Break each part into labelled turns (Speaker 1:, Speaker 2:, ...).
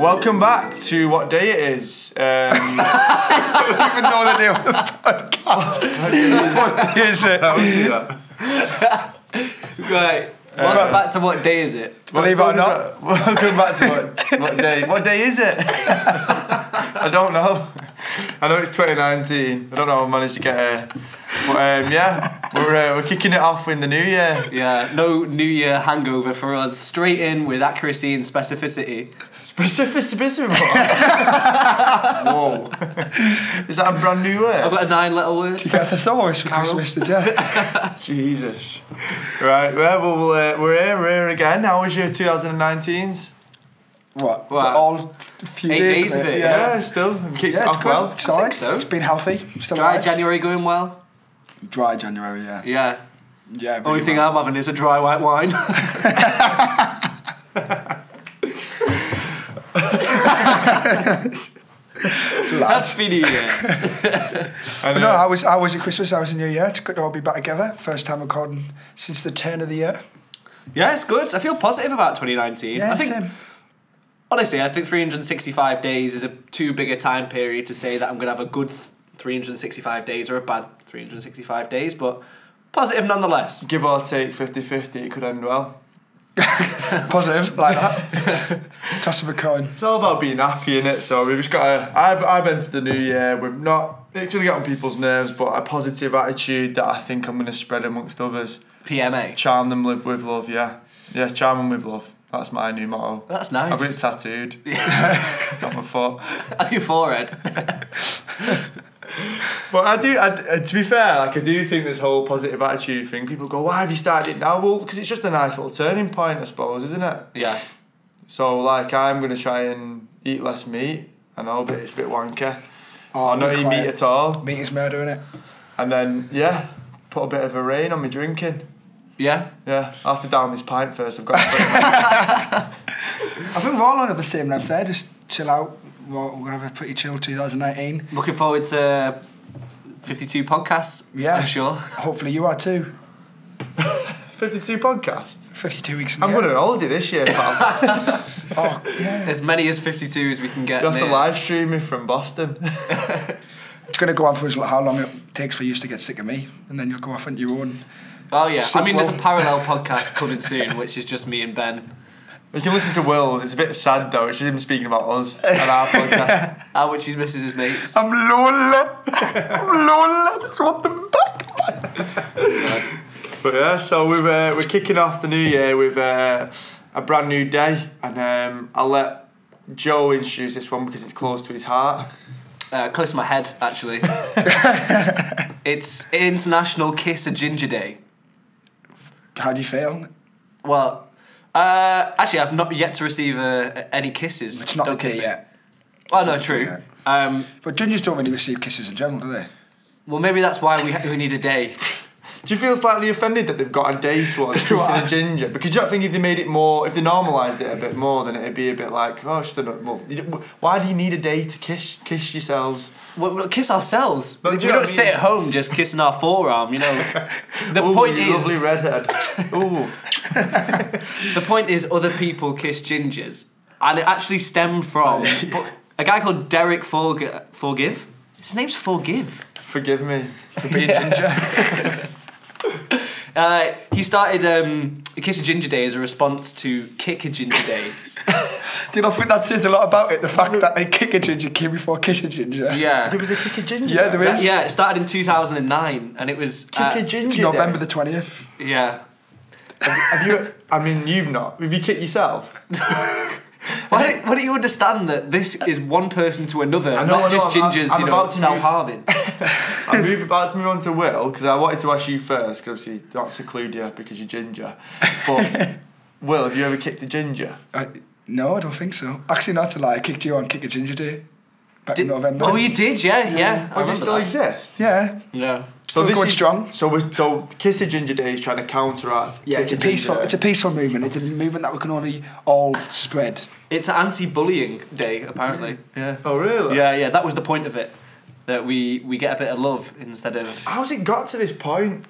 Speaker 1: Welcome back to what day it is. Um, I don't even know the name of the podcast. what day is it?
Speaker 2: Right.
Speaker 3: Uh,
Speaker 2: Welcome back to what day is it?
Speaker 1: Believe it or not, welcome back to what, what day? What day is it? I don't know. I know it's 2019. I don't know. if I've managed to get here, but um, yeah, we're uh, we're kicking it off in the new year.
Speaker 2: Yeah, no New Year hangover for us. Straight in with accuracy and specificity.
Speaker 1: Specific, specific. Whoa, is that a brand new word?
Speaker 2: I've got a nine letter word.
Speaker 3: Get a thesaurus for Christmas to death.
Speaker 1: Jesus. Right, well, well we'll, uh, we're here, we're here again. How was your 2019s?
Speaker 3: What?
Speaker 2: What?
Speaker 3: All few
Speaker 2: Eight
Speaker 3: days,
Speaker 2: days of it,
Speaker 3: Yeah.
Speaker 2: yeah.
Speaker 1: Yeah, still kicked
Speaker 3: Yeah,
Speaker 1: it
Speaker 3: it's
Speaker 1: off
Speaker 3: good.
Speaker 1: well.
Speaker 3: It's alright.
Speaker 2: so.
Speaker 3: It's been healthy. Still
Speaker 2: Dry
Speaker 3: alive.
Speaker 2: January going well?
Speaker 3: dry January, yeah.
Speaker 2: Yeah.
Speaker 3: Yeah. really
Speaker 2: Only thing
Speaker 3: well.
Speaker 2: I'm having is a dry white wine.
Speaker 3: Lads.
Speaker 2: Happy New Year.
Speaker 1: And,
Speaker 3: But
Speaker 1: uh,
Speaker 3: no, I was I was at Christmas, I was in New Year. It's good to all be back together. First time recording since the turn of the year.
Speaker 2: Yeah, it's good. I feel positive about 2019.
Speaker 3: Yeah,
Speaker 2: I think
Speaker 3: same.
Speaker 2: honestly, I think 365 days is a too big a time period to say that I'm gonna have a good th- 365 days or a bad 365 days, but positive nonetheless.
Speaker 1: give or take 50 50, it could end well.
Speaker 3: Positive, like that. Toss of a coin.
Speaker 1: It's all about being happy in it, so we've just got to. I've, I've entered the new year with not it's going to get on people's nerves, but a positive attitude that I think I'm going to spread amongst others.
Speaker 2: PMA.
Speaker 1: Charm them live with love, yeah. Yeah, charm them with love. That's my new motto.
Speaker 2: That's
Speaker 1: I've been
Speaker 2: nice.
Speaker 1: tattooed. Got my foot.
Speaker 2: On your forehead.
Speaker 1: But I do, I, uh, to be fair, like I do think this whole positive attitude thing, people go, why have you started it now? Well, because it's just a nice little turning point, I suppose, isn't it?
Speaker 2: Yeah.
Speaker 1: So, like, I'm going to try and eat less meat. I know, but it's a bit wanker.
Speaker 3: Oh,
Speaker 1: or not
Speaker 3: be
Speaker 1: eat
Speaker 3: quiet.
Speaker 1: meat at all.
Speaker 3: Meat is murder, innit?
Speaker 1: And then, yeah, put a bit of a rein on my drinking.
Speaker 2: Yeah.
Speaker 1: Yeah, I have to down this pint first. I've got to
Speaker 3: I think we're all on at the same level there. Just chill out. We're, we're gonna have a pretty chill 2019.
Speaker 2: Looking forward to 52 podcasts.
Speaker 3: Yeah.
Speaker 2: I'm sure.
Speaker 3: Hopefully you are too.
Speaker 1: 52 podcasts.
Speaker 3: 52 weeks. In
Speaker 1: I'm
Speaker 3: the
Speaker 1: going
Speaker 3: year.
Speaker 1: on holiday this year, pal.
Speaker 3: Oh yeah.
Speaker 2: As many as 52 as we can get.
Speaker 1: you have to
Speaker 2: mate.
Speaker 1: live stream me from Boston.
Speaker 3: It's going to go on for us like, how long it takes for you to get sick of me, and then you'll go off on your own.
Speaker 2: Oh yeah. I mean, there's a
Speaker 3: Well-
Speaker 2: parallel podcast coming soon, which is just me and Ben.
Speaker 1: you can listen to Will's. It's a bit sad, though. It's just him speaking about us and our podcast.
Speaker 2: How uh, which he misses his mates.
Speaker 3: I'm lonely. I'm lonely. It's what the back.
Speaker 1: But yeah, so we're uh, we're kicking off the new year with uh, a brand new day, and um, I'll let Joe introduce this one because it's close to his heart.
Speaker 2: Uh, close to my head, actually. it's International Kiss a Ginger Day.
Speaker 3: How do you feel?
Speaker 2: Well, uh, actually, I've not yet to receive uh, any kisses.
Speaker 3: It's not
Speaker 2: Don't
Speaker 3: the
Speaker 2: kiss
Speaker 3: day
Speaker 2: me.
Speaker 3: yet.
Speaker 2: Oh no, true.
Speaker 3: yet.
Speaker 2: Um,
Speaker 3: But juniors don't really receive kisses in general, do they?
Speaker 2: well, maybe that's why we, we need a day.
Speaker 1: Do you feel slightly offended that they've got a day towards kissing a ginger? Because you don't think if they made it more, if they normalised it a bit more, then it'd be a bit like, oh, it's just a, well, you don't- why do you need a day to kiss kiss yourselves?
Speaker 2: We'll, we'll kiss ourselves.
Speaker 1: But
Speaker 2: we
Speaker 1: do
Speaker 2: do
Speaker 1: you
Speaker 2: not
Speaker 1: know what I
Speaker 2: sit
Speaker 1: mean?
Speaker 2: at home just kissing our forearm, you know. The
Speaker 1: Ooh,
Speaker 2: point
Speaker 1: you
Speaker 2: is,
Speaker 1: lovely redhead. Ooh,
Speaker 2: the point is, other people kiss gingers, and it actually stemmed from a guy called Derek Forg- Forgive. His name's Forgive.
Speaker 1: forgive me.
Speaker 3: For being ginger.
Speaker 2: Uh, he started um, Kiss a Ginger Day as a response to Kick a Ginger Day.
Speaker 3: Do you not think that says a lot about it? The fact that they kick a ginger came before kiss a ginger.
Speaker 2: yeah.
Speaker 1: There was a kick a ginger.
Speaker 3: Yeah, there
Speaker 2: That-
Speaker 3: is.
Speaker 2: yeah, it started in 2009, and it was.
Speaker 1: Kick
Speaker 2: uh,
Speaker 1: a
Speaker 3: It's
Speaker 1: ginger.
Speaker 3: November
Speaker 1: day.
Speaker 3: the 20th.
Speaker 2: yeah.
Speaker 1: Have you? I mean, you've not. Have you kicked yourself?
Speaker 2: Why don't, why don't you understand that this is one person to another,
Speaker 1: I know, I know,
Speaker 2: not just
Speaker 1: I'm-
Speaker 2: gingers,
Speaker 1: I'm
Speaker 2: you
Speaker 1: about
Speaker 2: know,
Speaker 1: to
Speaker 2: self harming?
Speaker 1: I move about to move on to Will because I wanted to ask you first because obviously not seclude you because you're ginger. But Will, have you ever kicked a ginger?
Speaker 3: I, no, I don't think so. Actually, not to lie, I kicked you on Kick a Ginger Day back in November.
Speaker 2: Oh, you did, yeah, yeah. I
Speaker 1: Does it
Speaker 2: remember
Speaker 1: still
Speaker 2: that.
Speaker 1: exist?
Speaker 3: Yeah.
Speaker 2: No.
Speaker 3: Still going
Speaker 1: is,
Speaker 3: strong.
Speaker 1: So we're, so kiss a ginger day is trying to counteract.
Speaker 3: Yeah,
Speaker 1: kick
Speaker 3: it's a
Speaker 1: a ginger
Speaker 3: peaceful,
Speaker 1: day.
Speaker 3: it's a peaceful movement. It's a movement that we can only all spread.
Speaker 2: It's an anti bullying day, apparently. Yeah.
Speaker 1: oh really?
Speaker 2: Yeah, yeah, that was the point of it. That we, we get a bit of love instead of.
Speaker 1: How's it got to this point?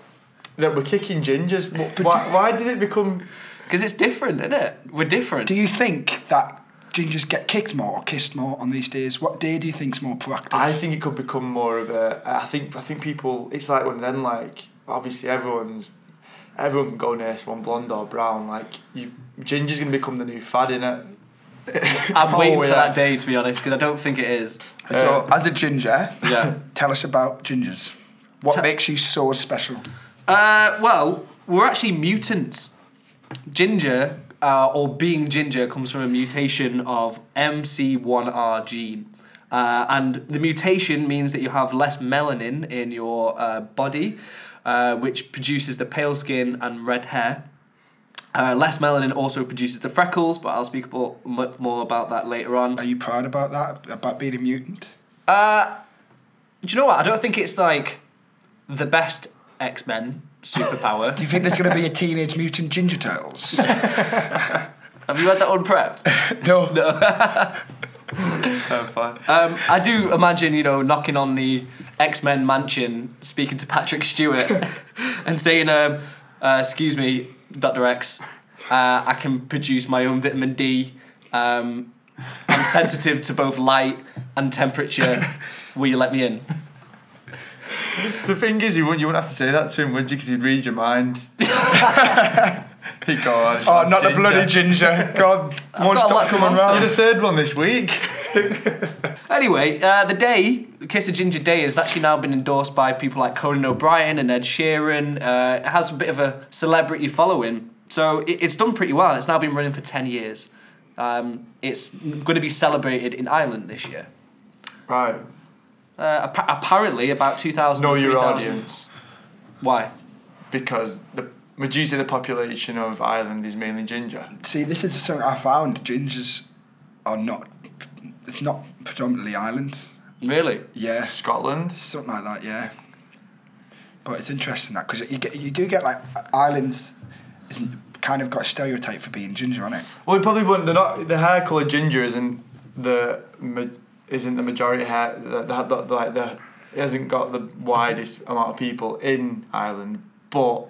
Speaker 1: that we're kicking gingers. Wh- Why, why did it become?
Speaker 2: Because it's different, isn't it? We're different.
Speaker 3: Do you think that gingers get kicked more or kissed more on these days? What day do you think's more proactive?
Speaker 1: I think it could become more of a. I think I think people. It's like one of them. Like obviously everyone's, everyone can go near someone blonde or brown. Like you, ginger's gonna become the new fad in it.
Speaker 2: I'm
Speaker 1: Oh,
Speaker 2: waiting for
Speaker 1: yeah.
Speaker 2: that day to be honest, because I don't think it is.
Speaker 3: so, as a ginger,
Speaker 2: Yeah.
Speaker 3: tell us about gingers. What
Speaker 2: Te-
Speaker 3: makes you so special?
Speaker 2: Uh, well, we're actually mutants. Ginger, uh, or being ginger, comes from a mutation of MC1R gene. Uh, and the mutation means that you have less melanin in your uh, body, uh, which produces the pale skin and red hair. Uh, less melanin also produces the freckles, but I'll speak more, mu- more about that later on.
Speaker 3: Are you proud about that? About being a mutant?
Speaker 2: Uh, do you know what? I don't think it's like the best X Men superpower.
Speaker 3: Do you think there's going to be a teenage mutant ginger turtles?
Speaker 2: Have you had that one prepped?
Speaker 3: no.
Speaker 1: Um, fine.
Speaker 2: Um, I do imagine, you know, knocking on the X Men mansion, speaking to Patrick Stewart, and saying, um, uh, "Excuse me, Doctor X, uh, I can produce my own vitamin D. Um, I'm sensitive to both light and temperature. Will you let me in?"
Speaker 1: The thing is, you wouldn't you wouldn't have to say that to him, would you? Because he'd read your mind. he'd go on.
Speaker 3: Oh, not the bloody ginger. God, won't
Speaker 2: got a lot
Speaker 3: stop
Speaker 2: to
Speaker 3: coming
Speaker 2: answer.
Speaker 1: You're the
Speaker 3: round.
Speaker 1: third one this week.
Speaker 2: Anyway, uh, the day, Kiss of Ginger Day, has actually now been endorsed by people like Conan O'Brien and Ed Sheeran. Uh, it has a bit of a celebrity following. So it, it's done pretty well. It's now been running for 10 years. Um, it's going to be celebrated in Ireland this year.
Speaker 1: Right.
Speaker 2: Uh, appa- apparently, about 2,000.
Speaker 1: Know your
Speaker 2: 3,000.
Speaker 1: audience.
Speaker 2: Why?
Speaker 1: Because the majority of the population of Ireland is mainly ginger.
Speaker 3: See, this is something I found. Gingers are not. It's not predominantly Ireland.
Speaker 2: Really?
Speaker 3: Yeah,
Speaker 1: Scotland.
Speaker 3: something like that. Yeah. But it's interesting that because you get you do get like Ireland's isn't kind of got a stereotype for being ginger on it.
Speaker 1: Well, we probably wouldn't. They're not. The hair color ginger isn't the ma- isn't the majority hair. The, the, the, the, like the it hasn't got the widest amount of people in Ireland, but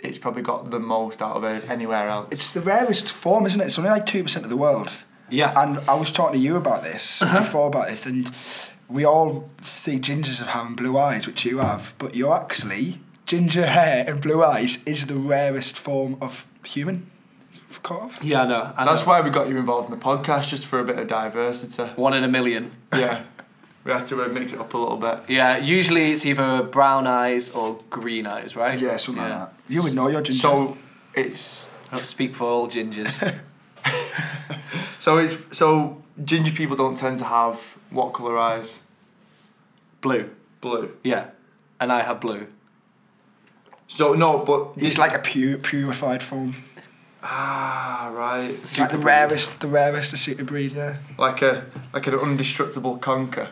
Speaker 1: it's probably got the most out of anywhere else.
Speaker 3: It's the rarest form, isn't it? It's only like two percent of the world.
Speaker 2: Yeah. Uh-huh.
Speaker 3: And I was talking to you about this before about this, and we all see gingers of having blue eyes, which you have, but you're actually ginger hair and blue eyes is the rarest form of human. Of course.
Speaker 2: yeah, no. I
Speaker 1: And that's
Speaker 2: know.
Speaker 1: why we got you involved in the podcast, just for a bit of diversity.
Speaker 2: One in a million.
Speaker 1: Yeah. We had to uh, mix it up a little bit.
Speaker 2: Yeah, usually it's either brown eyes or green eyes, right?
Speaker 3: Yeah, something
Speaker 2: Yeah.
Speaker 3: like that. You would know your ginger.
Speaker 1: So it's
Speaker 2: I don't speak for all gingers.
Speaker 1: so it's so ginger people don't tend to have what colour eyes?
Speaker 2: Blue.
Speaker 1: Blue.
Speaker 2: Yeah. And I have blue.
Speaker 1: So no, but
Speaker 3: it's like a pure, purified form.
Speaker 1: ah right.
Speaker 3: It's like the
Speaker 2: Superbreed.
Speaker 3: rarest, the rarest of superbreed. Yeah.
Speaker 1: like a like an indestructible conker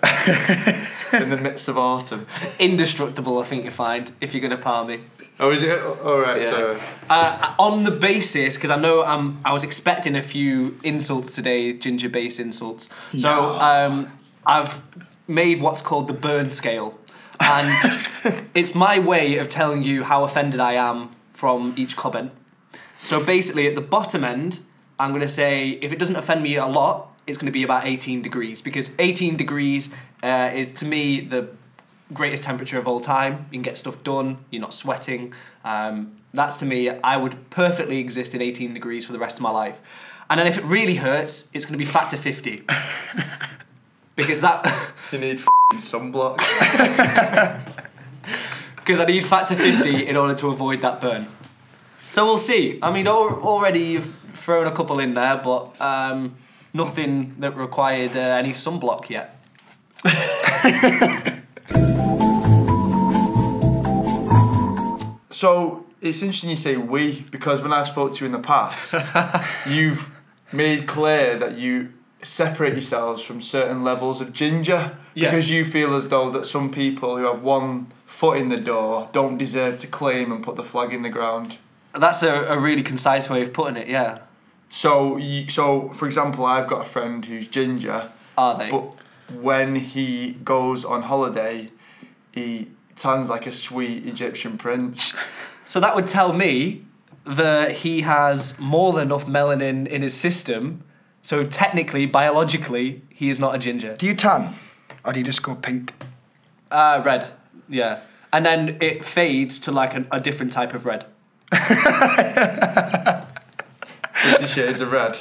Speaker 1: in the midst of autumn.
Speaker 2: Indestructible, I think you find, if you're going to par me.
Speaker 1: Oh, is it? All right.
Speaker 2: Yeah.
Speaker 1: So
Speaker 2: Uh, on the basis, because I know um, I was expecting a few insults today, ginger based insults. So um, I've made what's called the burn scale. And it's my way of telling you how offended I am from each comment. So basically, at the bottom end, I'm going to say if it doesn't offend me a lot, it's going to be about 18 degrees because 18 degrees uh, is to me the greatest temperature of all time. You can get stuff done, you're not sweating. Um, that's to me, I would perfectly exist in 18 degrees for the rest of my life. And then if it really hurts, it's going to be factor 50. because that.
Speaker 1: you need f***ing sunblock.
Speaker 2: because I need factor 50 in order to avoid that burn. So we'll see. I mean, al- already you've thrown a couple in there, but um, nothing that required uh, any sunblock yet.
Speaker 1: So it's interesting you say we because when I spoke to you in the past, you've made clear that you separate yourselves from certain levels of ginger
Speaker 2: Yes.
Speaker 1: because you feel as though that some people who have one foot in the door don't deserve to claim and put the flag in the ground.
Speaker 2: That's a, a really concise way of putting it, yeah.
Speaker 1: So, you, so for example, I've got a friend who's ginger,
Speaker 2: Are they?
Speaker 1: but when he goes on holiday, he turns like a sweet Egyptian prince.
Speaker 2: So that would tell me that he has more than enough melanin in his system. So technically, biologically, he is not a ginger.
Speaker 3: Do you tan, or do you just go pink?
Speaker 2: Uh, red. Yeah. And then it fades to like an, a different type of red.
Speaker 1: Fifty Shades of Red.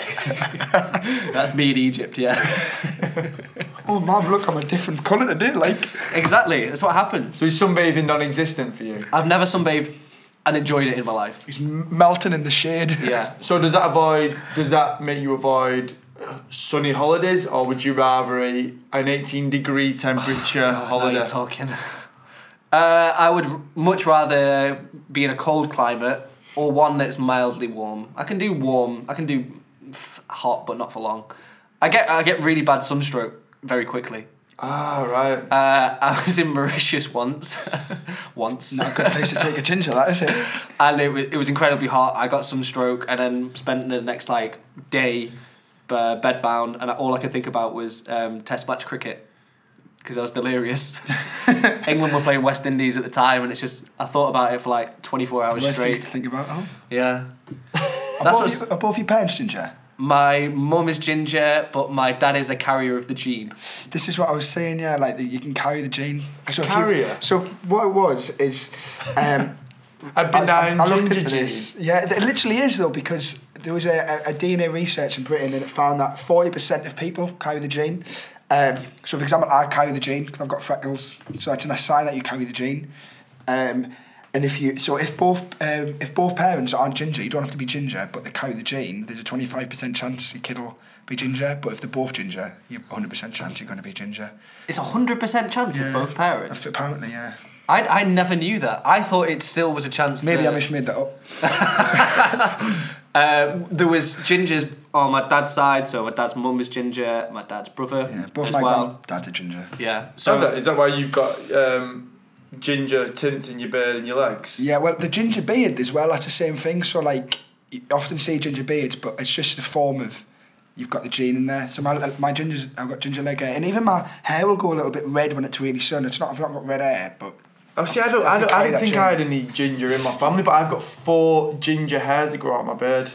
Speaker 2: That's me in Egypt, yeah.
Speaker 3: Oh, man, look, I'm a different colour today. Like,
Speaker 2: exactly. That's what happens.
Speaker 1: So is sunbathing non-existent for you?
Speaker 2: I've never sunbathed and enjoyed it in my life.
Speaker 3: he's m- melting in the shade.
Speaker 2: Yeah.
Speaker 1: So does that avoid? Does that make you avoid uh, sunny holidays, or would you rather a an eighteen degree temperature
Speaker 2: Now
Speaker 1: holiday?
Speaker 2: you're talking. Uh, I would r- much rather be in a cold climate or one that's mildly warm. I can do warm. I can do f- hot, but not for long. I get I get really bad sunstroke very quickly.
Speaker 1: ah, right.
Speaker 2: Uh, I was in Mauritius once, once,
Speaker 3: Not a good place to take a ginger, that is it.
Speaker 2: and it was it was incredibly hot. I got sunstroke and then spent the next like day uh, bed bound, and all I could think about was um, Test match cricket because I was delirious. England were playing West Indies at the time, and it's just I thought about it for like twenty four hours
Speaker 3: Worst things
Speaker 2: straight.
Speaker 3: to think about. Oh.
Speaker 2: Yeah,
Speaker 3: Are
Speaker 2: that's
Speaker 3: both
Speaker 2: what's
Speaker 3: you- are both your parents ginger?
Speaker 2: my mum is ginger, but my dad is a carrier of the gene.
Speaker 3: This is what I was saying, yeah, like that you can carry the gene. So if you-
Speaker 1: carrier?
Speaker 3: So what it was is, um,
Speaker 1: A benign
Speaker 3: I, I looked
Speaker 1: ginger
Speaker 3: into
Speaker 1: gene.
Speaker 3: this. Yeah, it literally is though because there was a, a, a DNA research in Britain and it found that forty percent of people carry the gene. Um, so, for example, I carry the gene because I've got freckles, so that's a sign that you carry the gene. Um, and if you, so if both um, if both parents aren't ginger, you don't have to be ginger, but they carry the gene. There's a twenty five percent chance your kid will be ginger. But if they're both ginger, you hundred percent chance you're going to be ginger.
Speaker 2: It's a hundred percent chance of both parents.
Speaker 3: Apparently, yeah.
Speaker 2: I, I never knew that. I thought it still was a chance.
Speaker 3: Maybe
Speaker 2: that-
Speaker 3: I just made that up.
Speaker 2: Uh, there was gingers on my dad's side, so my dad's mum is ginger, my dad's brother
Speaker 3: Yeah, both
Speaker 2: as
Speaker 3: my
Speaker 2: well.
Speaker 3: granddad's a ginger.
Speaker 2: Yeah,
Speaker 1: So
Speaker 2: so
Speaker 1: is that why you've got um, ginger tints in your beard and your legs?
Speaker 3: Yeah, well, the ginger beard as well, that's the same thing. So, like, you often see ginger beards, but it's just the form of you've got the gene in there. So, my, my ginger's, I've got ginger leg hair, and even my hair will go a little bit red when it's really sun. It's not, I've not got red hair, but
Speaker 1: Oh, see, I don't, I don't, I
Speaker 3: Carry
Speaker 1: don't
Speaker 3: that
Speaker 1: think
Speaker 3: gene.
Speaker 1: I had any ginger in my family, but I've got four ginger hairs that grow out my beard.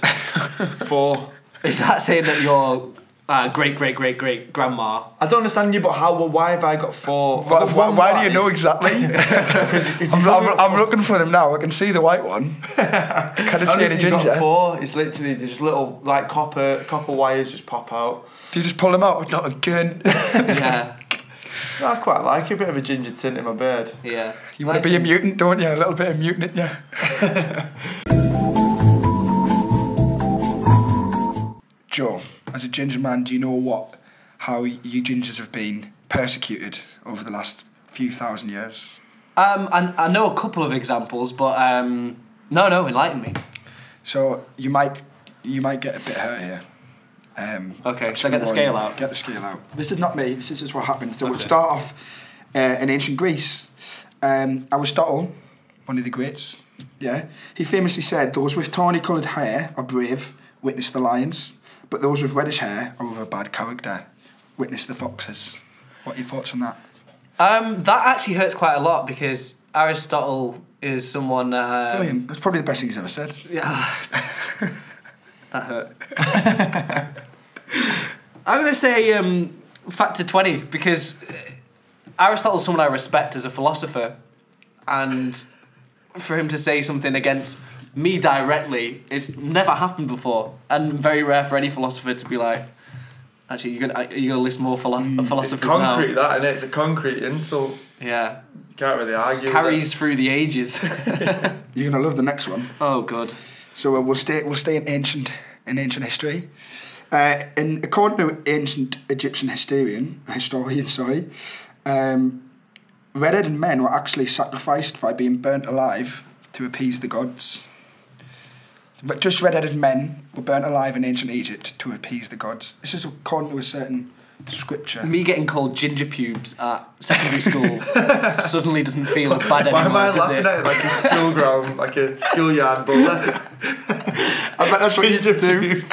Speaker 1: four.
Speaker 2: is that saying that your uh, great great great great grandma?
Speaker 1: I don't understand you, but how? Well, why have I got four? I've got one white.
Speaker 3: exactly?
Speaker 1: Because if you've
Speaker 3: I'm,
Speaker 1: only
Speaker 3: I'm,
Speaker 1: got
Speaker 3: I'm looking for them now. I can see the white one. Can I see
Speaker 1: Honestly,
Speaker 3: the
Speaker 1: you've got
Speaker 3: ginger?
Speaker 1: four. It's literally there's little like copper copper wires just pop out.
Speaker 3: Do you just pull them out? Not again.
Speaker 2: yeah,
Speaker 1: No, I quite like a bit of a ginger tint in my beard.
Speaker 2: yeah.
Speaker 3: You want to be a mutant, don't you? A little bit of mutant, yeah. Joe, as a ginger man, do you know what how you gingers have been persecuted over the last few thousand years?
Speaker 2: Um, and I know a couple of examples, but um, no, no, enlighten me.
Speaker 3: So you might you might get a bit hurt here. Um,
Speaker 2: Okay,
Speaker 3: I'm
Speaker 2: shall I
Speaker 3: gonna
Speaker 2: get the
Speaker 3: warn
Speaker 2: scale
Speaker 3: you.
Speaker 2: out?
Speaker 3: Get the scale out. This is not me. This is just what happened. So we'll
Speaker 2: Okay.
Speaker 3: start off uh, in ancient Greece. Um, Aristotle, one of the greats, yeah, he famously said, "Those with tawny-coloured hair are brave, witness the lions; but those with reddish hair are of a bad character, witness the foxes." What are your thoughts on that?
Speaker 2: Um, that actually hurts quite a lot because Aristotle is someone. Uh,
Speaker 3: Brilliant. That's probably the best thing he's ever said.
Speaker 2: Yeah. that hurt. I'm going to say um, factor 20 because Aristotle's someone I respect as a philosopher. And for him to say something against me directly is never happened before. And very rare for any philosopher to be like, actually, you're going to, you're gonna list more philo- philosophers
Speaker 1: Mm, it's concrete
Speaker 2: now.
Speaker 1: that, and it's a concrete insult.
Speaker 2: Yeah.
Speaker 1: You can't really argue. With
Speaker 2: Carries through the ages.
Speaker 3: You're gonna love the next one.
Speaker 2: oh, God.
Speaker 3: So uh, we'll stay we'll stay in ancient in ancient history. Uh, in according to ancient Egyptian historian uh, historian sorry, um, redheaded men were actually sacrificed by being burnt alive to appease the gods. But just redheaded men were burnt alive in ancient Egypt to appease the gods. This is according to a certain scripture.
Speaker 2: Me getting called ginger pubes at secondary school suddenly doesn't feel as bad
Speaker 1: it. Why am I
Speaker 2: anymore, does
Speaker 1: laughing
Speaker 2: it?
Speaker 1: at it like a school ground, like a schoolyard bully?
Speaker 3: I bet that's what you do.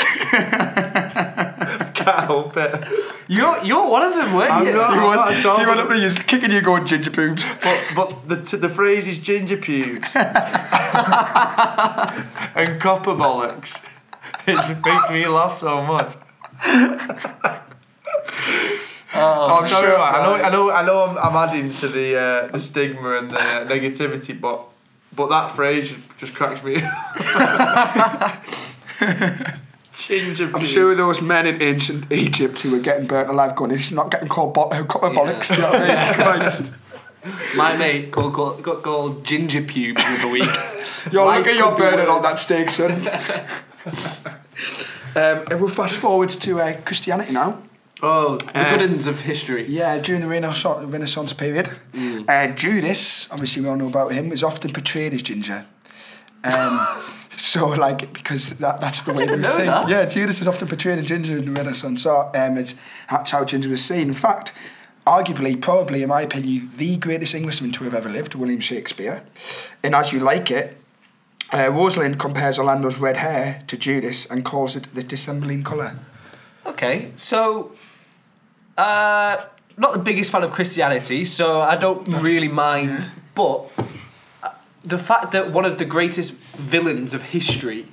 Speaker 1: Can't whole bit.
Speaker 2: You're you're one of them, weren't
Speaker 1: I'm
Speaker 2: you?
Speaker 1: not.
Speaker 3: You
Speaker 1: I'm
Speaker 3: went,
Speaker 1: not at all.
Speaker 3: you went up there, you're kicking you going ginger boobs.
Speaker 1: But, but the, t- the phrase is ginger pubes and copper bollocks. It makes me laugh so much.
Speaker 3: I'm
Speaker 1: Sorry,
Speaker 3: sure.
Speaker 1: right, I know, I know, I know. I'm, I'm adding to the uh, the stigma and the negativity, but but that phrase just cracks me. Ginger.
Speaker 3: I'm
Speaker 1: pubes.
Speaker 3: sure those men in ancient Egypt who were getting burnt alive going, it's not getting called bo- copper bollocks. You know what I mean? Christ.
Speaker 2: My mate got called, got called ginger pubes the other week.
Speaker 3: You're
Speaker 2: Life
Speaker 3: looking, you're
Speaker 2: could be
Speaker 3: burning on that
Speaker 2: worse.
Speaker 3: steak, son. um, and we'll fast forward to uh, Christianity now.
Speaker 2: Oh, the
Speaker 3: Uh,
Speaker 2: good ends of history.
Speaker 3: Yeah, during the Renaissance, Renaissance period, uh, Judas, obviously we all know about him, was often portrayed as ginger. Um, so, like, because that, that's the way we
Speaker 2: didn't
Speaker 3: were
Speaker 2: know
Speaker 3: seen.
Speaker 2: that.
Speaker 3: Yeah, Judas is often portrayed as ginger in the Renaissance art. Um, it's, that's how ginger was seen. In fact, arguably, probably, in my opinion, the greatest Englishman to have ever lived, William Shakespeare. And As You Like It, uh, Rosalind compares Orlando's red hair to Judas and calls it the dissembling colour.
Speaker 2: Okay, so uh, not the biggest fan of Christianity, so I don't really mind. But uh, the fact that one of the greatest villains of history,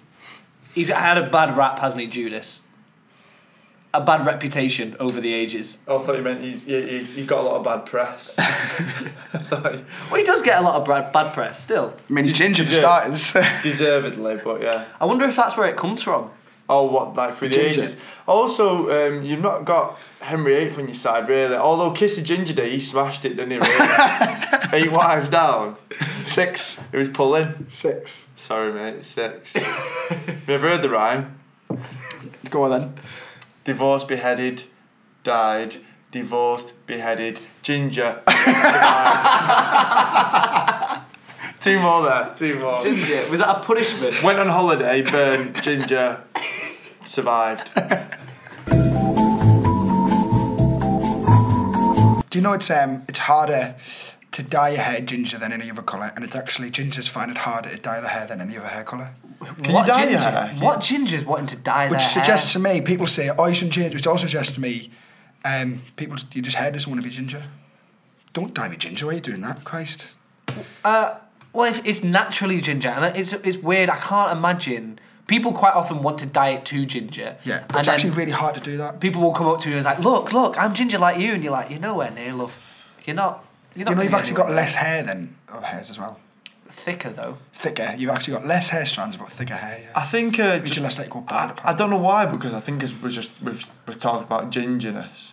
Speaker 2: he's had a bad rap, hasn't he, Judas? A bad reputation over the ages.
Speaker 1: Oh, I thought you meant you, you, you, you got a lot of bad press. I thought you-
Speaker 2: Well, he does get a lot of bad, bad press still.
Speaker 3: I mean, he's ginger for
Speaker 1: Yeah.
Speaker 3: starters.
Speaker 1: Deservedly, but yeah.
Speaker 2: I wonder if that's where it comes from.
Speaker 1: Oh, what like through the
Speaker 3: Ginger.
Speaker 1: ages. Also, um, you've not got Henry VIII on your side, really. Although Kiss of Ginger Day, he smashed it, didn't he? Really? Eight wives down.
Speaker 3: Six.
Speaker 1: It was pulling.
Speaker 3: Six.
Speaker 1: Sorry, mate. Six. Never heard the rhyme.
Speaker 3: Go on then.
Speaker 1: Divorced, beheaded, died. Divorced, beheaded, ginger. died. two more there. Two more.
Speaker 2: Ginger, was that a punishment?
Speaker 1: Went on holiday, burned ginger, survived.
Speaker 3: Do you know it's um it's harder to dye your hair ginger than any other colour, and it's actually gingers find it harder to dye their hair than any other hair colour.
Speaker 1: Can
Speaker 2: what
Speaker 1: you dye
Speaker 2: ginger?
Speaker 1: your hair?
Speaker 2: What ginger's wanting to dye
Speaker 3: Which
Speaker 2: their
Speaker 3: suggests
Speaker 2: hair?
Speaker 3: to me, people say, "Oh, you shouldn't change." Which also suggests to me, um, people, you just hair doesn't want to be ginger. Don't dye me ginger. Why are you doing that, Christ?
Speaker 2: Uh, well, if it's naturally ginger, and it's it's weird. I can't imagine. People quite often want to dye it to ginger.
Speaker 3: Yeah,
Speaker 2: and
Speaker 3: it's
Speaker 2: then
Speaker 3: actually really hard to do that.
Speaker 2: people will come up to you and it's like, "Look, look, I'm ginger like you," and you're like, "You're nowhere near, love. You're not. You're not."
Speaker 3: Do you know you've
Speaker 2: gonna
Speaker 3: actually
Speaker 2: get
Speaker 3: got less hair than other hairs as well?
Speaker 2: anywhere." thicker though.
Speaker 3: Thicker. You've actually got less hair strands, but thicker hair. Yeah.
Speaker 1: I think uh,
Speaker 3: Which
Speaker 1: just-
Speaker 3: unless they go bad,
Speaker 1: I, I don't know why because I think it's, we're just we've, we're talking about gingerness.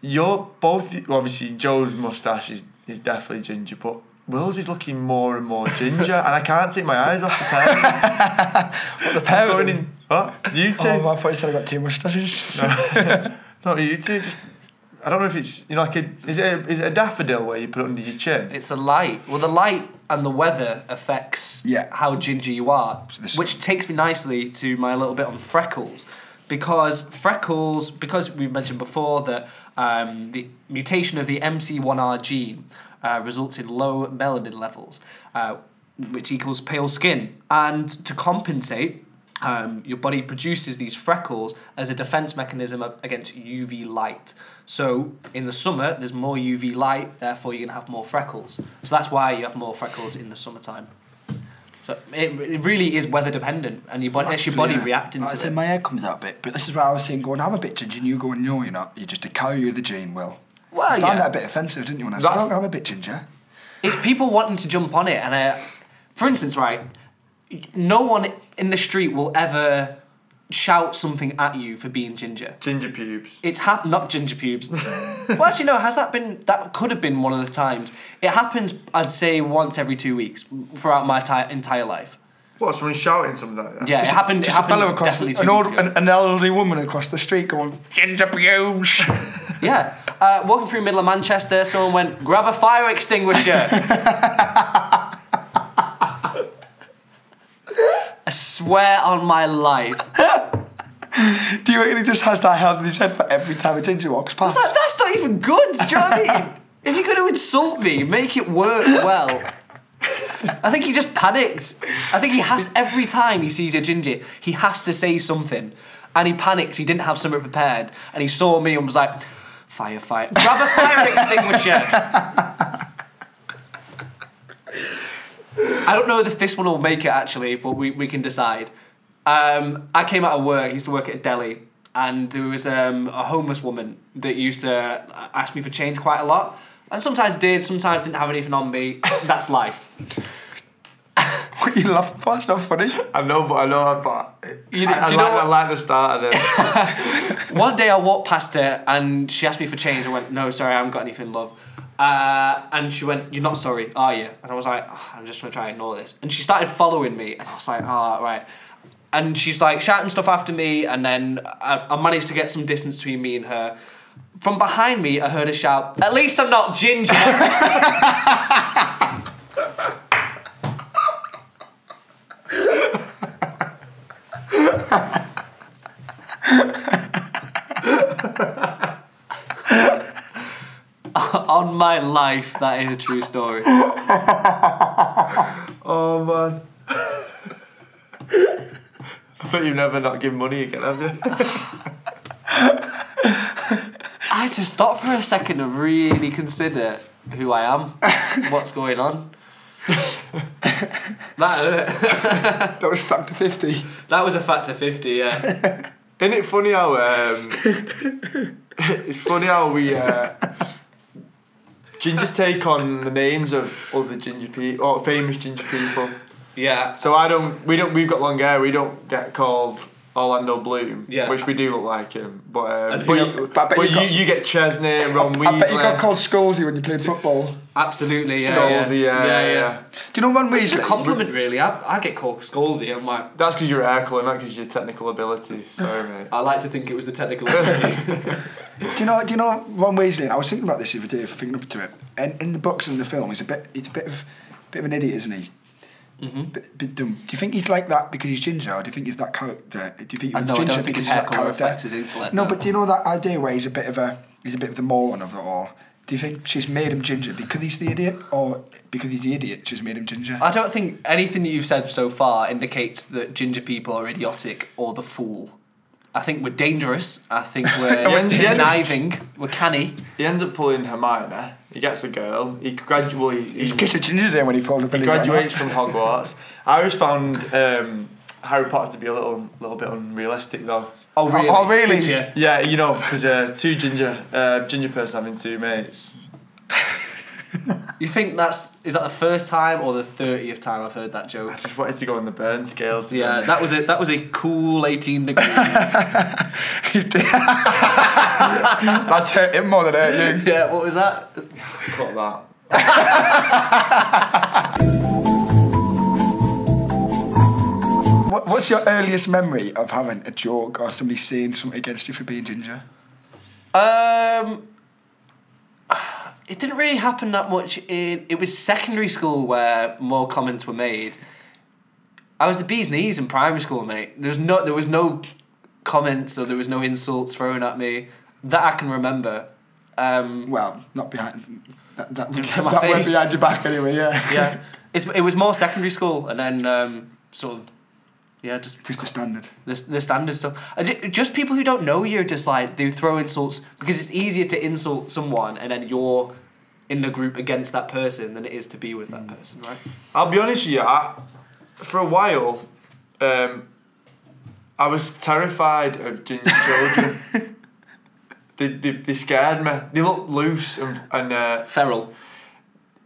Speaker 1: You're both well, obviously Joe's mustache is, is definitely ginger, but Will's is looking more and more ginger, and I can't take my eyes off the pair. what the pair going in? What you two?
Speaker 3: Oh, I thought you said I got two mustaches.
Speaker 1: no, you two. Just I don't know if it's you know like a is it a, is it a daffodil where you put it under your chin?
Speaker 2: It's the light. Well, the light and the weather affects
Speaker 3: Yeah.
Speaker 2: how ginger you are,
Speaker 3: this-
Speaker 2: which takes me nicely to my little bit on freckles, because freckles, because we've mentioned before that um, the mutation of the MC1R gene uh, results in low melanin levels, uh, which equals pale skin, and to compensate. Um, your body produces these freckles as a defense mechanism a- against UV light. So in the summer, there's more UV light, therefore you're gonna have more freckles. So that's why you have more freckles in the summertime. So it, it really is weather dependent, and your body, it's your body
Speaker 3: Yeah.
Speaker 2: reacting
Speaker 3: Like I
Speaker 2: to
Speaker 3: said,
Speaker 2: it.
Speaker 3: my hair comes out a bit, but this is where I was saying, going, I'm a bit ginger, and you going, no, you're not. You're just a carrier of the gene, Will.
Speaker 2: Well,
Speaker 3: I found
Speaker 2: yeah.
Speaker 3: that a bit offensive, didn't you? When I said,
Speaker 1: That's-
Speaker 3: "Oh, I'm a bit ginger.
Speaker 2: It's people wanting to jump on it, and uh, for instance, right, no one in the street will ever shout something at you for being ginger.
Speaker 1: Ginger pubes.
Speaker 2: It's hap- not ginger pubes. well, actually, no. Has that been? That could have been one of the times. It happens. I'd say once every two weeks throughout my ti- entire life.
Speaker 1: What someone shouting something like that?
Speaker 2: Yeah, it happened.
Speaker 3: Just
Speaker 2: it
Speaker 3: a
Speaker 2: happened
Speaker 3: fellow across
Speaker 2: definitely two
Speaker 3: an, old,
Speaker 2: weeks ago.
Speaker 3: an, an elderly woman across the street going, ginger pubes.
Speaker 2: Yeah. Uh, walking through middle of Manchester, someone went, grab a fire extinguisher. I swear on my life.
Speaker 3: Do you reckon he just has that held in his head for every time a ginger walks past?
Speaker 2: It's like, that's not even good, do you know what I mean? If you're going to insult me, make it work well. I think he just panicked. I think he has, every time he sees a ginger, he has to say something. and he panicked. He didn't have something prepared, and he saw me and was like, "Fire, fire! Grab a fire extinguisher." I don't know if this one will make it actually, but we, we can decide. Um, I came out of work. I used to work at a deli, and there was um, a homeless woman that used to uh, ask me for change quite a lot, and sometimes did, sometimes didn't have anything on me. That's life.
Speaker 3: What you laughing for? It's not funny.
Speaker 1: I know, but I know, but
Speaker 2: You-
Speaker 1: I, I
Speaker 2: do
Speaker 1: like,
Speaker 2: you know what-
Speaker 1: I like the start of this.
Speaker 2: One day I walked past her and she asked me for change. I went, no, sorry, I haven't got anything, love. Uh, and she went, you're not sorry, are you? And I was like, "Ugh, I'm just going to try and ignore this. And she started following me and I was like, ah, right. And she's like shouting stuff after me and then I, I managed to get some distance between me and her. From behind me, I heard a shout, at least I'm not ginger. I On my life, that is a true story.
Speaker 1: oh man. I bet you've never not given money again, have you?
Speaker 2: I had to stop for a second and really consider who I am, what's going on. that hurt.
Speaker 3: That was factor 50.
Speaker 2: that was a factor fifty. Yeah,
Speaker 1: Isn't it funny how um, it's funny how we uh, gingers take on the names of other ginger people or famous ginger people.
Speaker 2: yeah.
Speaker 1: So I don't we don't we've got long hair. We don't get called Orlando Bloom,
Speaker 2: Yeah.
Speaker 1: which we do look like him. But
Speaker 2: And
Speaker 1: um,
Speaker 2: who-
Speaker 1: but, you,
Speaker 3: But I bet
Speaker 1: but
Speaker 3: you
Speaker 1: you,
Speaker 3: got-
Speaker 1: you get Chesney and Ron Weasley.
Speaker 3: I bet you got called Scholesy when you played football.
Speaker 2: Absolutely. Yeah,
Speaker 1: Scholesy,
Speaker 2: yeah,
Speaker 1: yeah, yeah, yeah.
Speaker 3: Do you know Ron
Speaker 2: It's a
Speaker 3: Weasley?
Speaker 2: compliment, really. I, I get called Scholesy. I'm like,
Speaker 1: That's because you're air colour, not because your technical ability. Sorry, mate.
Speaker 2: I like to think it was the technical.
Speaker 3: Do you know? Do you know Ron Weasley? And I was thinking about this the other day, if I'm thinking up to it. And in the books and in the film, he's a bit, he's a bit of, bit of an idiot, isn't he?
Speaker 2: Mhm.
Speaker 3: Bit, bit dumb. Do you think he's like that because he's ginger, or do you think he's that character? Do you think
Speaker 2: I
Speaker 3: he's
Speaker 2: know, I
Speaker 3: ginger
Speaker 2: don't think
Speaker 3: because
Speaker 2: his
Speaker 3: he's
Speaker 2: hair
Speaker 3: that
Speaker 2: colour
Speaker 3: character?
Speaker 2: affects his intellect.
Speaker 3: No, but do you know that idea where he's a bit of a, he's a bit of the moron of it all? Do you think she's made him ginger because he's the idiot, or because he's the idiot she's made him ginger?
Speaker 2: I don't think anything that you've said so far indicates that ginger people are idiotic or the fool. I think we're dangerous. I think we're
Speaker 1: We're dangerous.
Speaker 2: conniving. We're canny.
Speaker 1: He ends up pulling Hermione. He gets a girl. He gradually he,
Speaker 3: He's kissed a ginger day when he pulled a Billy Ray.
Speaker 1: graduates from Hogwarts. I always found um, Harry Potter to be a little little bit unrealistic though.
Speaker 2: Oh really?
Speaker 3: oh, really?
Speaker 2: Did you?
Speaker 1: Yeah, you know, because uh, two ginger uh, ginger person having two mates.
Speaker 2: You think that's is that the first time or the thirtieth time I've heard that joke?
Speaker 1: I just wanted to go on the burn scale. To be
Speaker 2: Yeah,
Speaker 1: honest.
Speaker 2: that was a that was a cool eighteen degrees. yeah,
Speaker 3: That's hurt him more than hurt you.
Speaker 2: what was that?
Speaker 1: cut that.
Speaker 3: What, what's your earliest memory of having a joke or somebody saying something against you for being ginger?
Speaker 2: Um, it didn't really happen that much. In it was secondary school where more comments were made. I was the bee's knees in primary school, mate. There was no there was no comments or there was no insults thrown at me that I can remember. Um,
Speaker 3: Well, not behind. That, that, would,
Speaker 2: To my
Speaker 3: that went
Speaker 2: face.
Speaker 3: behind your back anyway, yeah.
Speaker 2: yeah, it's, it was more secondary school, and then um, sort of yeah, just
Speaker 3: Just the standard.
Speaker 2: the, the standard stuff. I ju- Just people who don't know you, just like they throw insults because it's easier to insult someone and then you're in the group against that person than it is to be with that
Speaker 1: Mm.
Speaker 2: person, right?
Speaker 1: I'll be honest with you. I, for a while, um, I was terrified of ginger children. they, they, they scared me. They looked loose and and uh,
Speaker 2: Feral.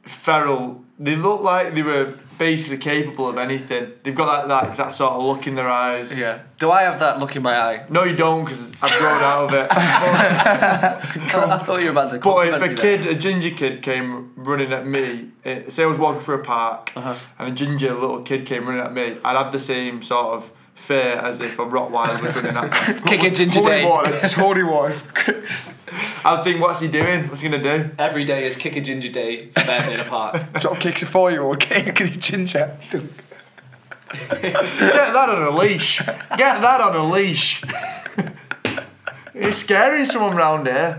Speaker 1: feral. They looked like they were basically capable of anything. They've got that that, that sort of look in their eyes.
Speaker 2: Do I have that look in my eye?
Speaker 1: No, you don't, because I've grown out of it. But-
Speaker 2: I thought you were about to.
Speaker 1: But if
Speaker 2: compliment me
Speaker 1: a
Speaker 2: there.
Speaker 1: kid, a ginger kid, came running at me, eh, say I was walking through a park,
Speaker 2: Uh-huh.
Speaker 1: and a ginger little kid came running at me, I'd have the same sort of fear as if a Rottweiler was running at me.
Speaker 2: kick it ginger
Speaker 3: holy
Speaker 2: day.
Speaker 3: water, just holy water.
Speaker 1: I'd think, what's he doing? What's he gonna do?
Speaker 2: Every day is kick a ginger day for Bear in a Park.
Speaker 3: Drop kicks a four year old kid because he's ginger.
Speaker 1: Get that on a leash. Get that on a leash. It's scaring someone round here.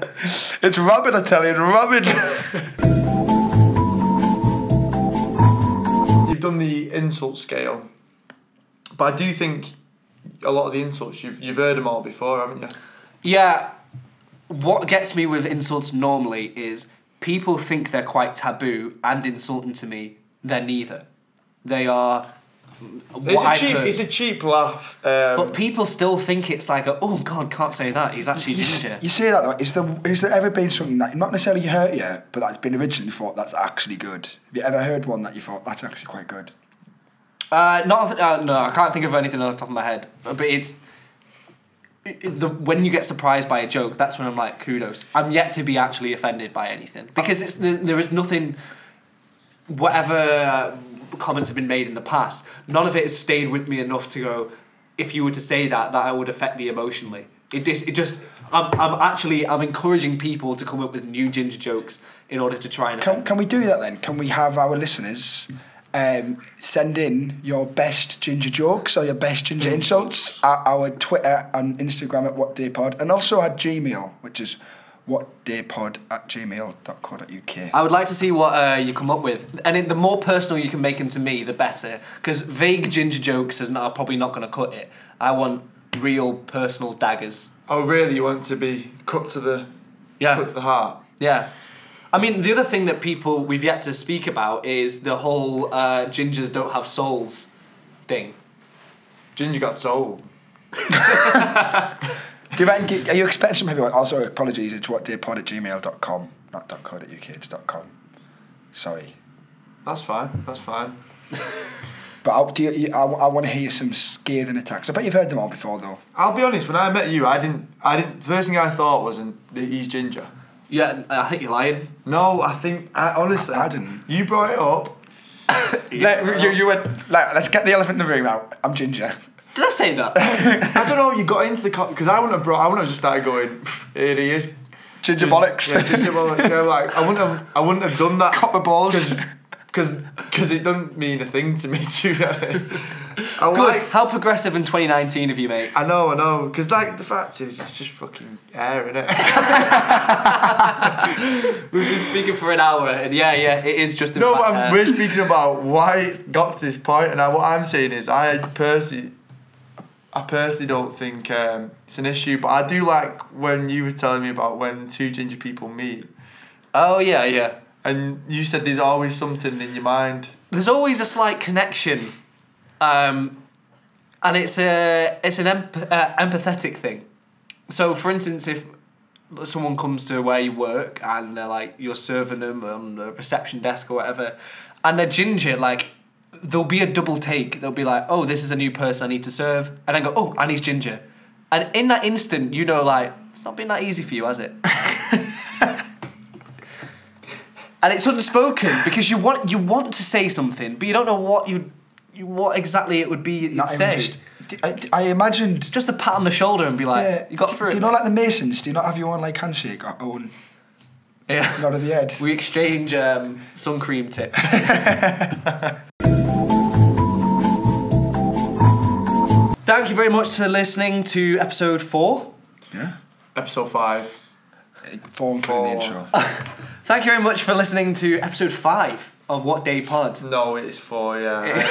Speaker 3: It's rabid, I tell you, it's rabid.
Speaker 1: You've done the insult scale, but I do think a lot of the insults you've you've heard them all before, haven't you?
Speaker 2: Yeah. What gets me with insults normally is people think they're quite taboo and insulting to me. They're neither. They are. What
Speaker 1: It's a
Speaker 2: I've
Speaker 1: cheap
Speaker 2: heard.
Speaker 1: it's a cheap laugh. Um,
Speaker 2: but people still think it's like, a, oh God, can't say that. He's actually
Speaker 3: You, s-
Speaker 2: ginger.
Speaker 3: you say that though. Is there is there ever been something that not necessarily hurt you, but that's been originally thought that's actually good? Have you ever heard one that you thought that's actually quite good?
Speaker 2: Uh, not off- uh, no, I can't think of anything on the top of my head. But it's it- it- the when you get surprised by a joke, that's when I'm like, kudos. I'm yet to be actually offended by anything because it's there, there is nothing. Whatever uh, comments have been made in the past, none of it has stayed with me enough to go. If you were to say that, that would affect me emotionally. It just, it just. I'm, I'm actually I'm encouraging people to come up with new ginger jokes in order to try and.
Speaker 3: Can, can we do that then? Can we have our listeners um, send in your best ginger jokes or your best ginger insults at our Twitter and Instagram at whatdaypod and also at Gmail, which is whatdaypod at gmail.co.uk.
Speaker 2: I would like to see what uh, you come up with, and it, the more personal you can make them to me, the better. Because vague ginger jokes is not, are probably not going to cut it. I want real personal daggers.
Speaker 1: oh really you want to be cut to the cut
Speaker 2: Yeah,
Speaker 1: to the heart.
Speaker 2: yeah. I mean, the other thing that people we've yet to speak about is the whole uh, gingers don't have souls thing.
Speaker 1: Ginger got sold.
Speaker 3: Do you reckon- do- are you expecting some heavy one? Also, apologies, it's whatdaypod at gmail.com, not .co.uk, it's .com. Sorry.
Speaker 1: That's fine, that's fine.
Speaker 3: But I, do you, you- I, want to hear some scathing attacks. I bet you've heard them all before, though.
Speaker 1: I'll be honest, when I met you I didn't I didn't first thing I thought was "And he's ginger.
Speaker 2: Yeah, uh, I think you're lying.
Speaker 1: No, I think I honestly
Speaker 3: I- I didn't.
Speaker 1: You brought it up.
Speaker 3: Let, you, you went, like, let's get the elephant in the room out. I'm ginger.
Speaker 2: Did I say that?
Speaker 1: I don't know. You got into the because I wouldn't have brought. I wouldn't have just started going. Here he is.
Speaker 3: Ginger bollocks.
Speaker 1: Yeah, ginger bollocks. Yeah, like, I wouldn't have. I wouldn't have done that.
Speaker 3: Copper balls.
Speaker 1: Because because it doesn't mean a thing to me too. I
Speaker 2: Good.
Speaker 1: like.
Speaker 2: How progressive in 2019 of you, mate.
Speaker 1: I know. I know. Because like the fact is, it's just fucking air in it.
Speaker 2: We've been speaking for an hour, and yeah, yeah, it is just. in
Speaker 1: no,
Speaker 2: fact,
Speaker 1: but I'm,
Speaker 2: uh,
Speaker 1: we're speaking about why it's got to this point, and I, what I'm saying is, I personally. I personally don't think um, it's an issue, but I do like when you were telling me about when two ginger people meet,
Speaker 2: Oh yeah, yeah.
Speaker 1: and you said there's always something in your mind.
Speaker 2: there's always a slight connection, um, and it's a it's an emp- uh, empathetic thing. So, for instance, if someone comes to where you work and they're like you're serving them on the reception desk or whatever, and they're ginger, like there'll be a double take. They'll be like, "Oh, this is a new person I need to serve," and then go, "Oh, and he's ginger," and in that instant, you know, like it's not been that easy for you, has it? and it's unspoken because you want you want to say something, but you don't know what you, you what exactly it would be you'd
Speaker 3: Not
Speaker 2: say.
Speaker 3: even just- I, I imagined.
Speaker 2: Just a pat on the shoulder and be like,
Speaker 3: yeah,
Speaker 2: "You got
Speaker 3: do-
Speaker 2: through."
Speaker 3: Do
Speaker 2: it,
Speaker 3: you not
Speaker 2: mate."
Speaker 3: like the Masons? Do you not have your own like handshake or own
Speaker 2: yeah.
Speaker 3: nod of the head?
Speaker 2: We exchange um, sun cream tips. Thank you very much for listening to episode four.
Speaker 3: yeah.
Speaker 1: Episode five.
Speaker 3: Form for
Speaker 1: Four.
Speaker 3: the intro.
Speaker 2: Thank you very much for listening to episode five of What Day Pod.
Speaker 1: No, it's four. Yeah.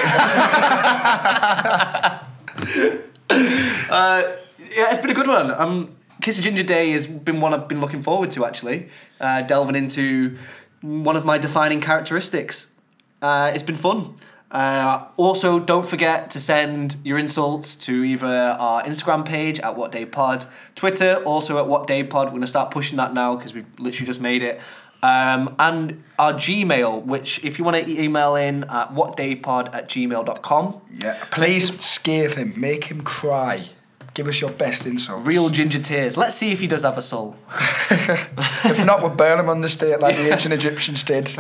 Speaker 2: Uh, yeah, it's been a good one. Um, Kiss of Ginger Day has been one I've been looking forward to actually, uh, delving into one of my defining characteristics. Uh, it's been fun. Uh, also, don't forget to send your insults to either our Instagram page at What Day Pod, Twitter also at What Day Pod. We're gonna start pushing that now because we've literally just made it. Um, and our Gmail, which if you want to email in at whatdaypod at gmail.com.
Speaker 3: Yeah. Please scare him. Make him cry. Give us your best insult.
Speaker 2: Real ginger tears. Let's see if he does have a soul.
Speaker 3: if not, we'll burn him on the state like the ancient Egyptians did.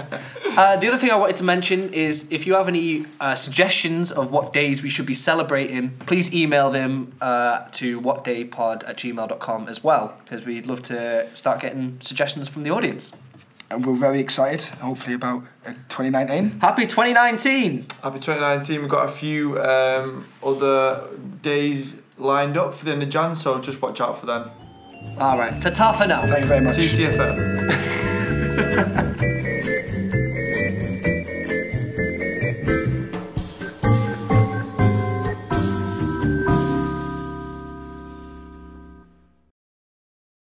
Speaker 2: Uh, the other thing I wanted to mention is if you have any uh, suggestions of what days we should be celebrating, please email them uh, to whatdaypod at gmail.com as well, because we'd love to start getting suggestions from the audience.
Speaker 3: And we're very excited, hopefully, about uh, 2019.
Speaker 2: Happy 2019!
Speaker 1: Happy 2019. We've got a few um, other days lined up for the end of Jan, so just watch out for them.
Speaker 2: All right, ta ta for now.
Speaker 3: Thank you very much.
Speaker 1: TTFN.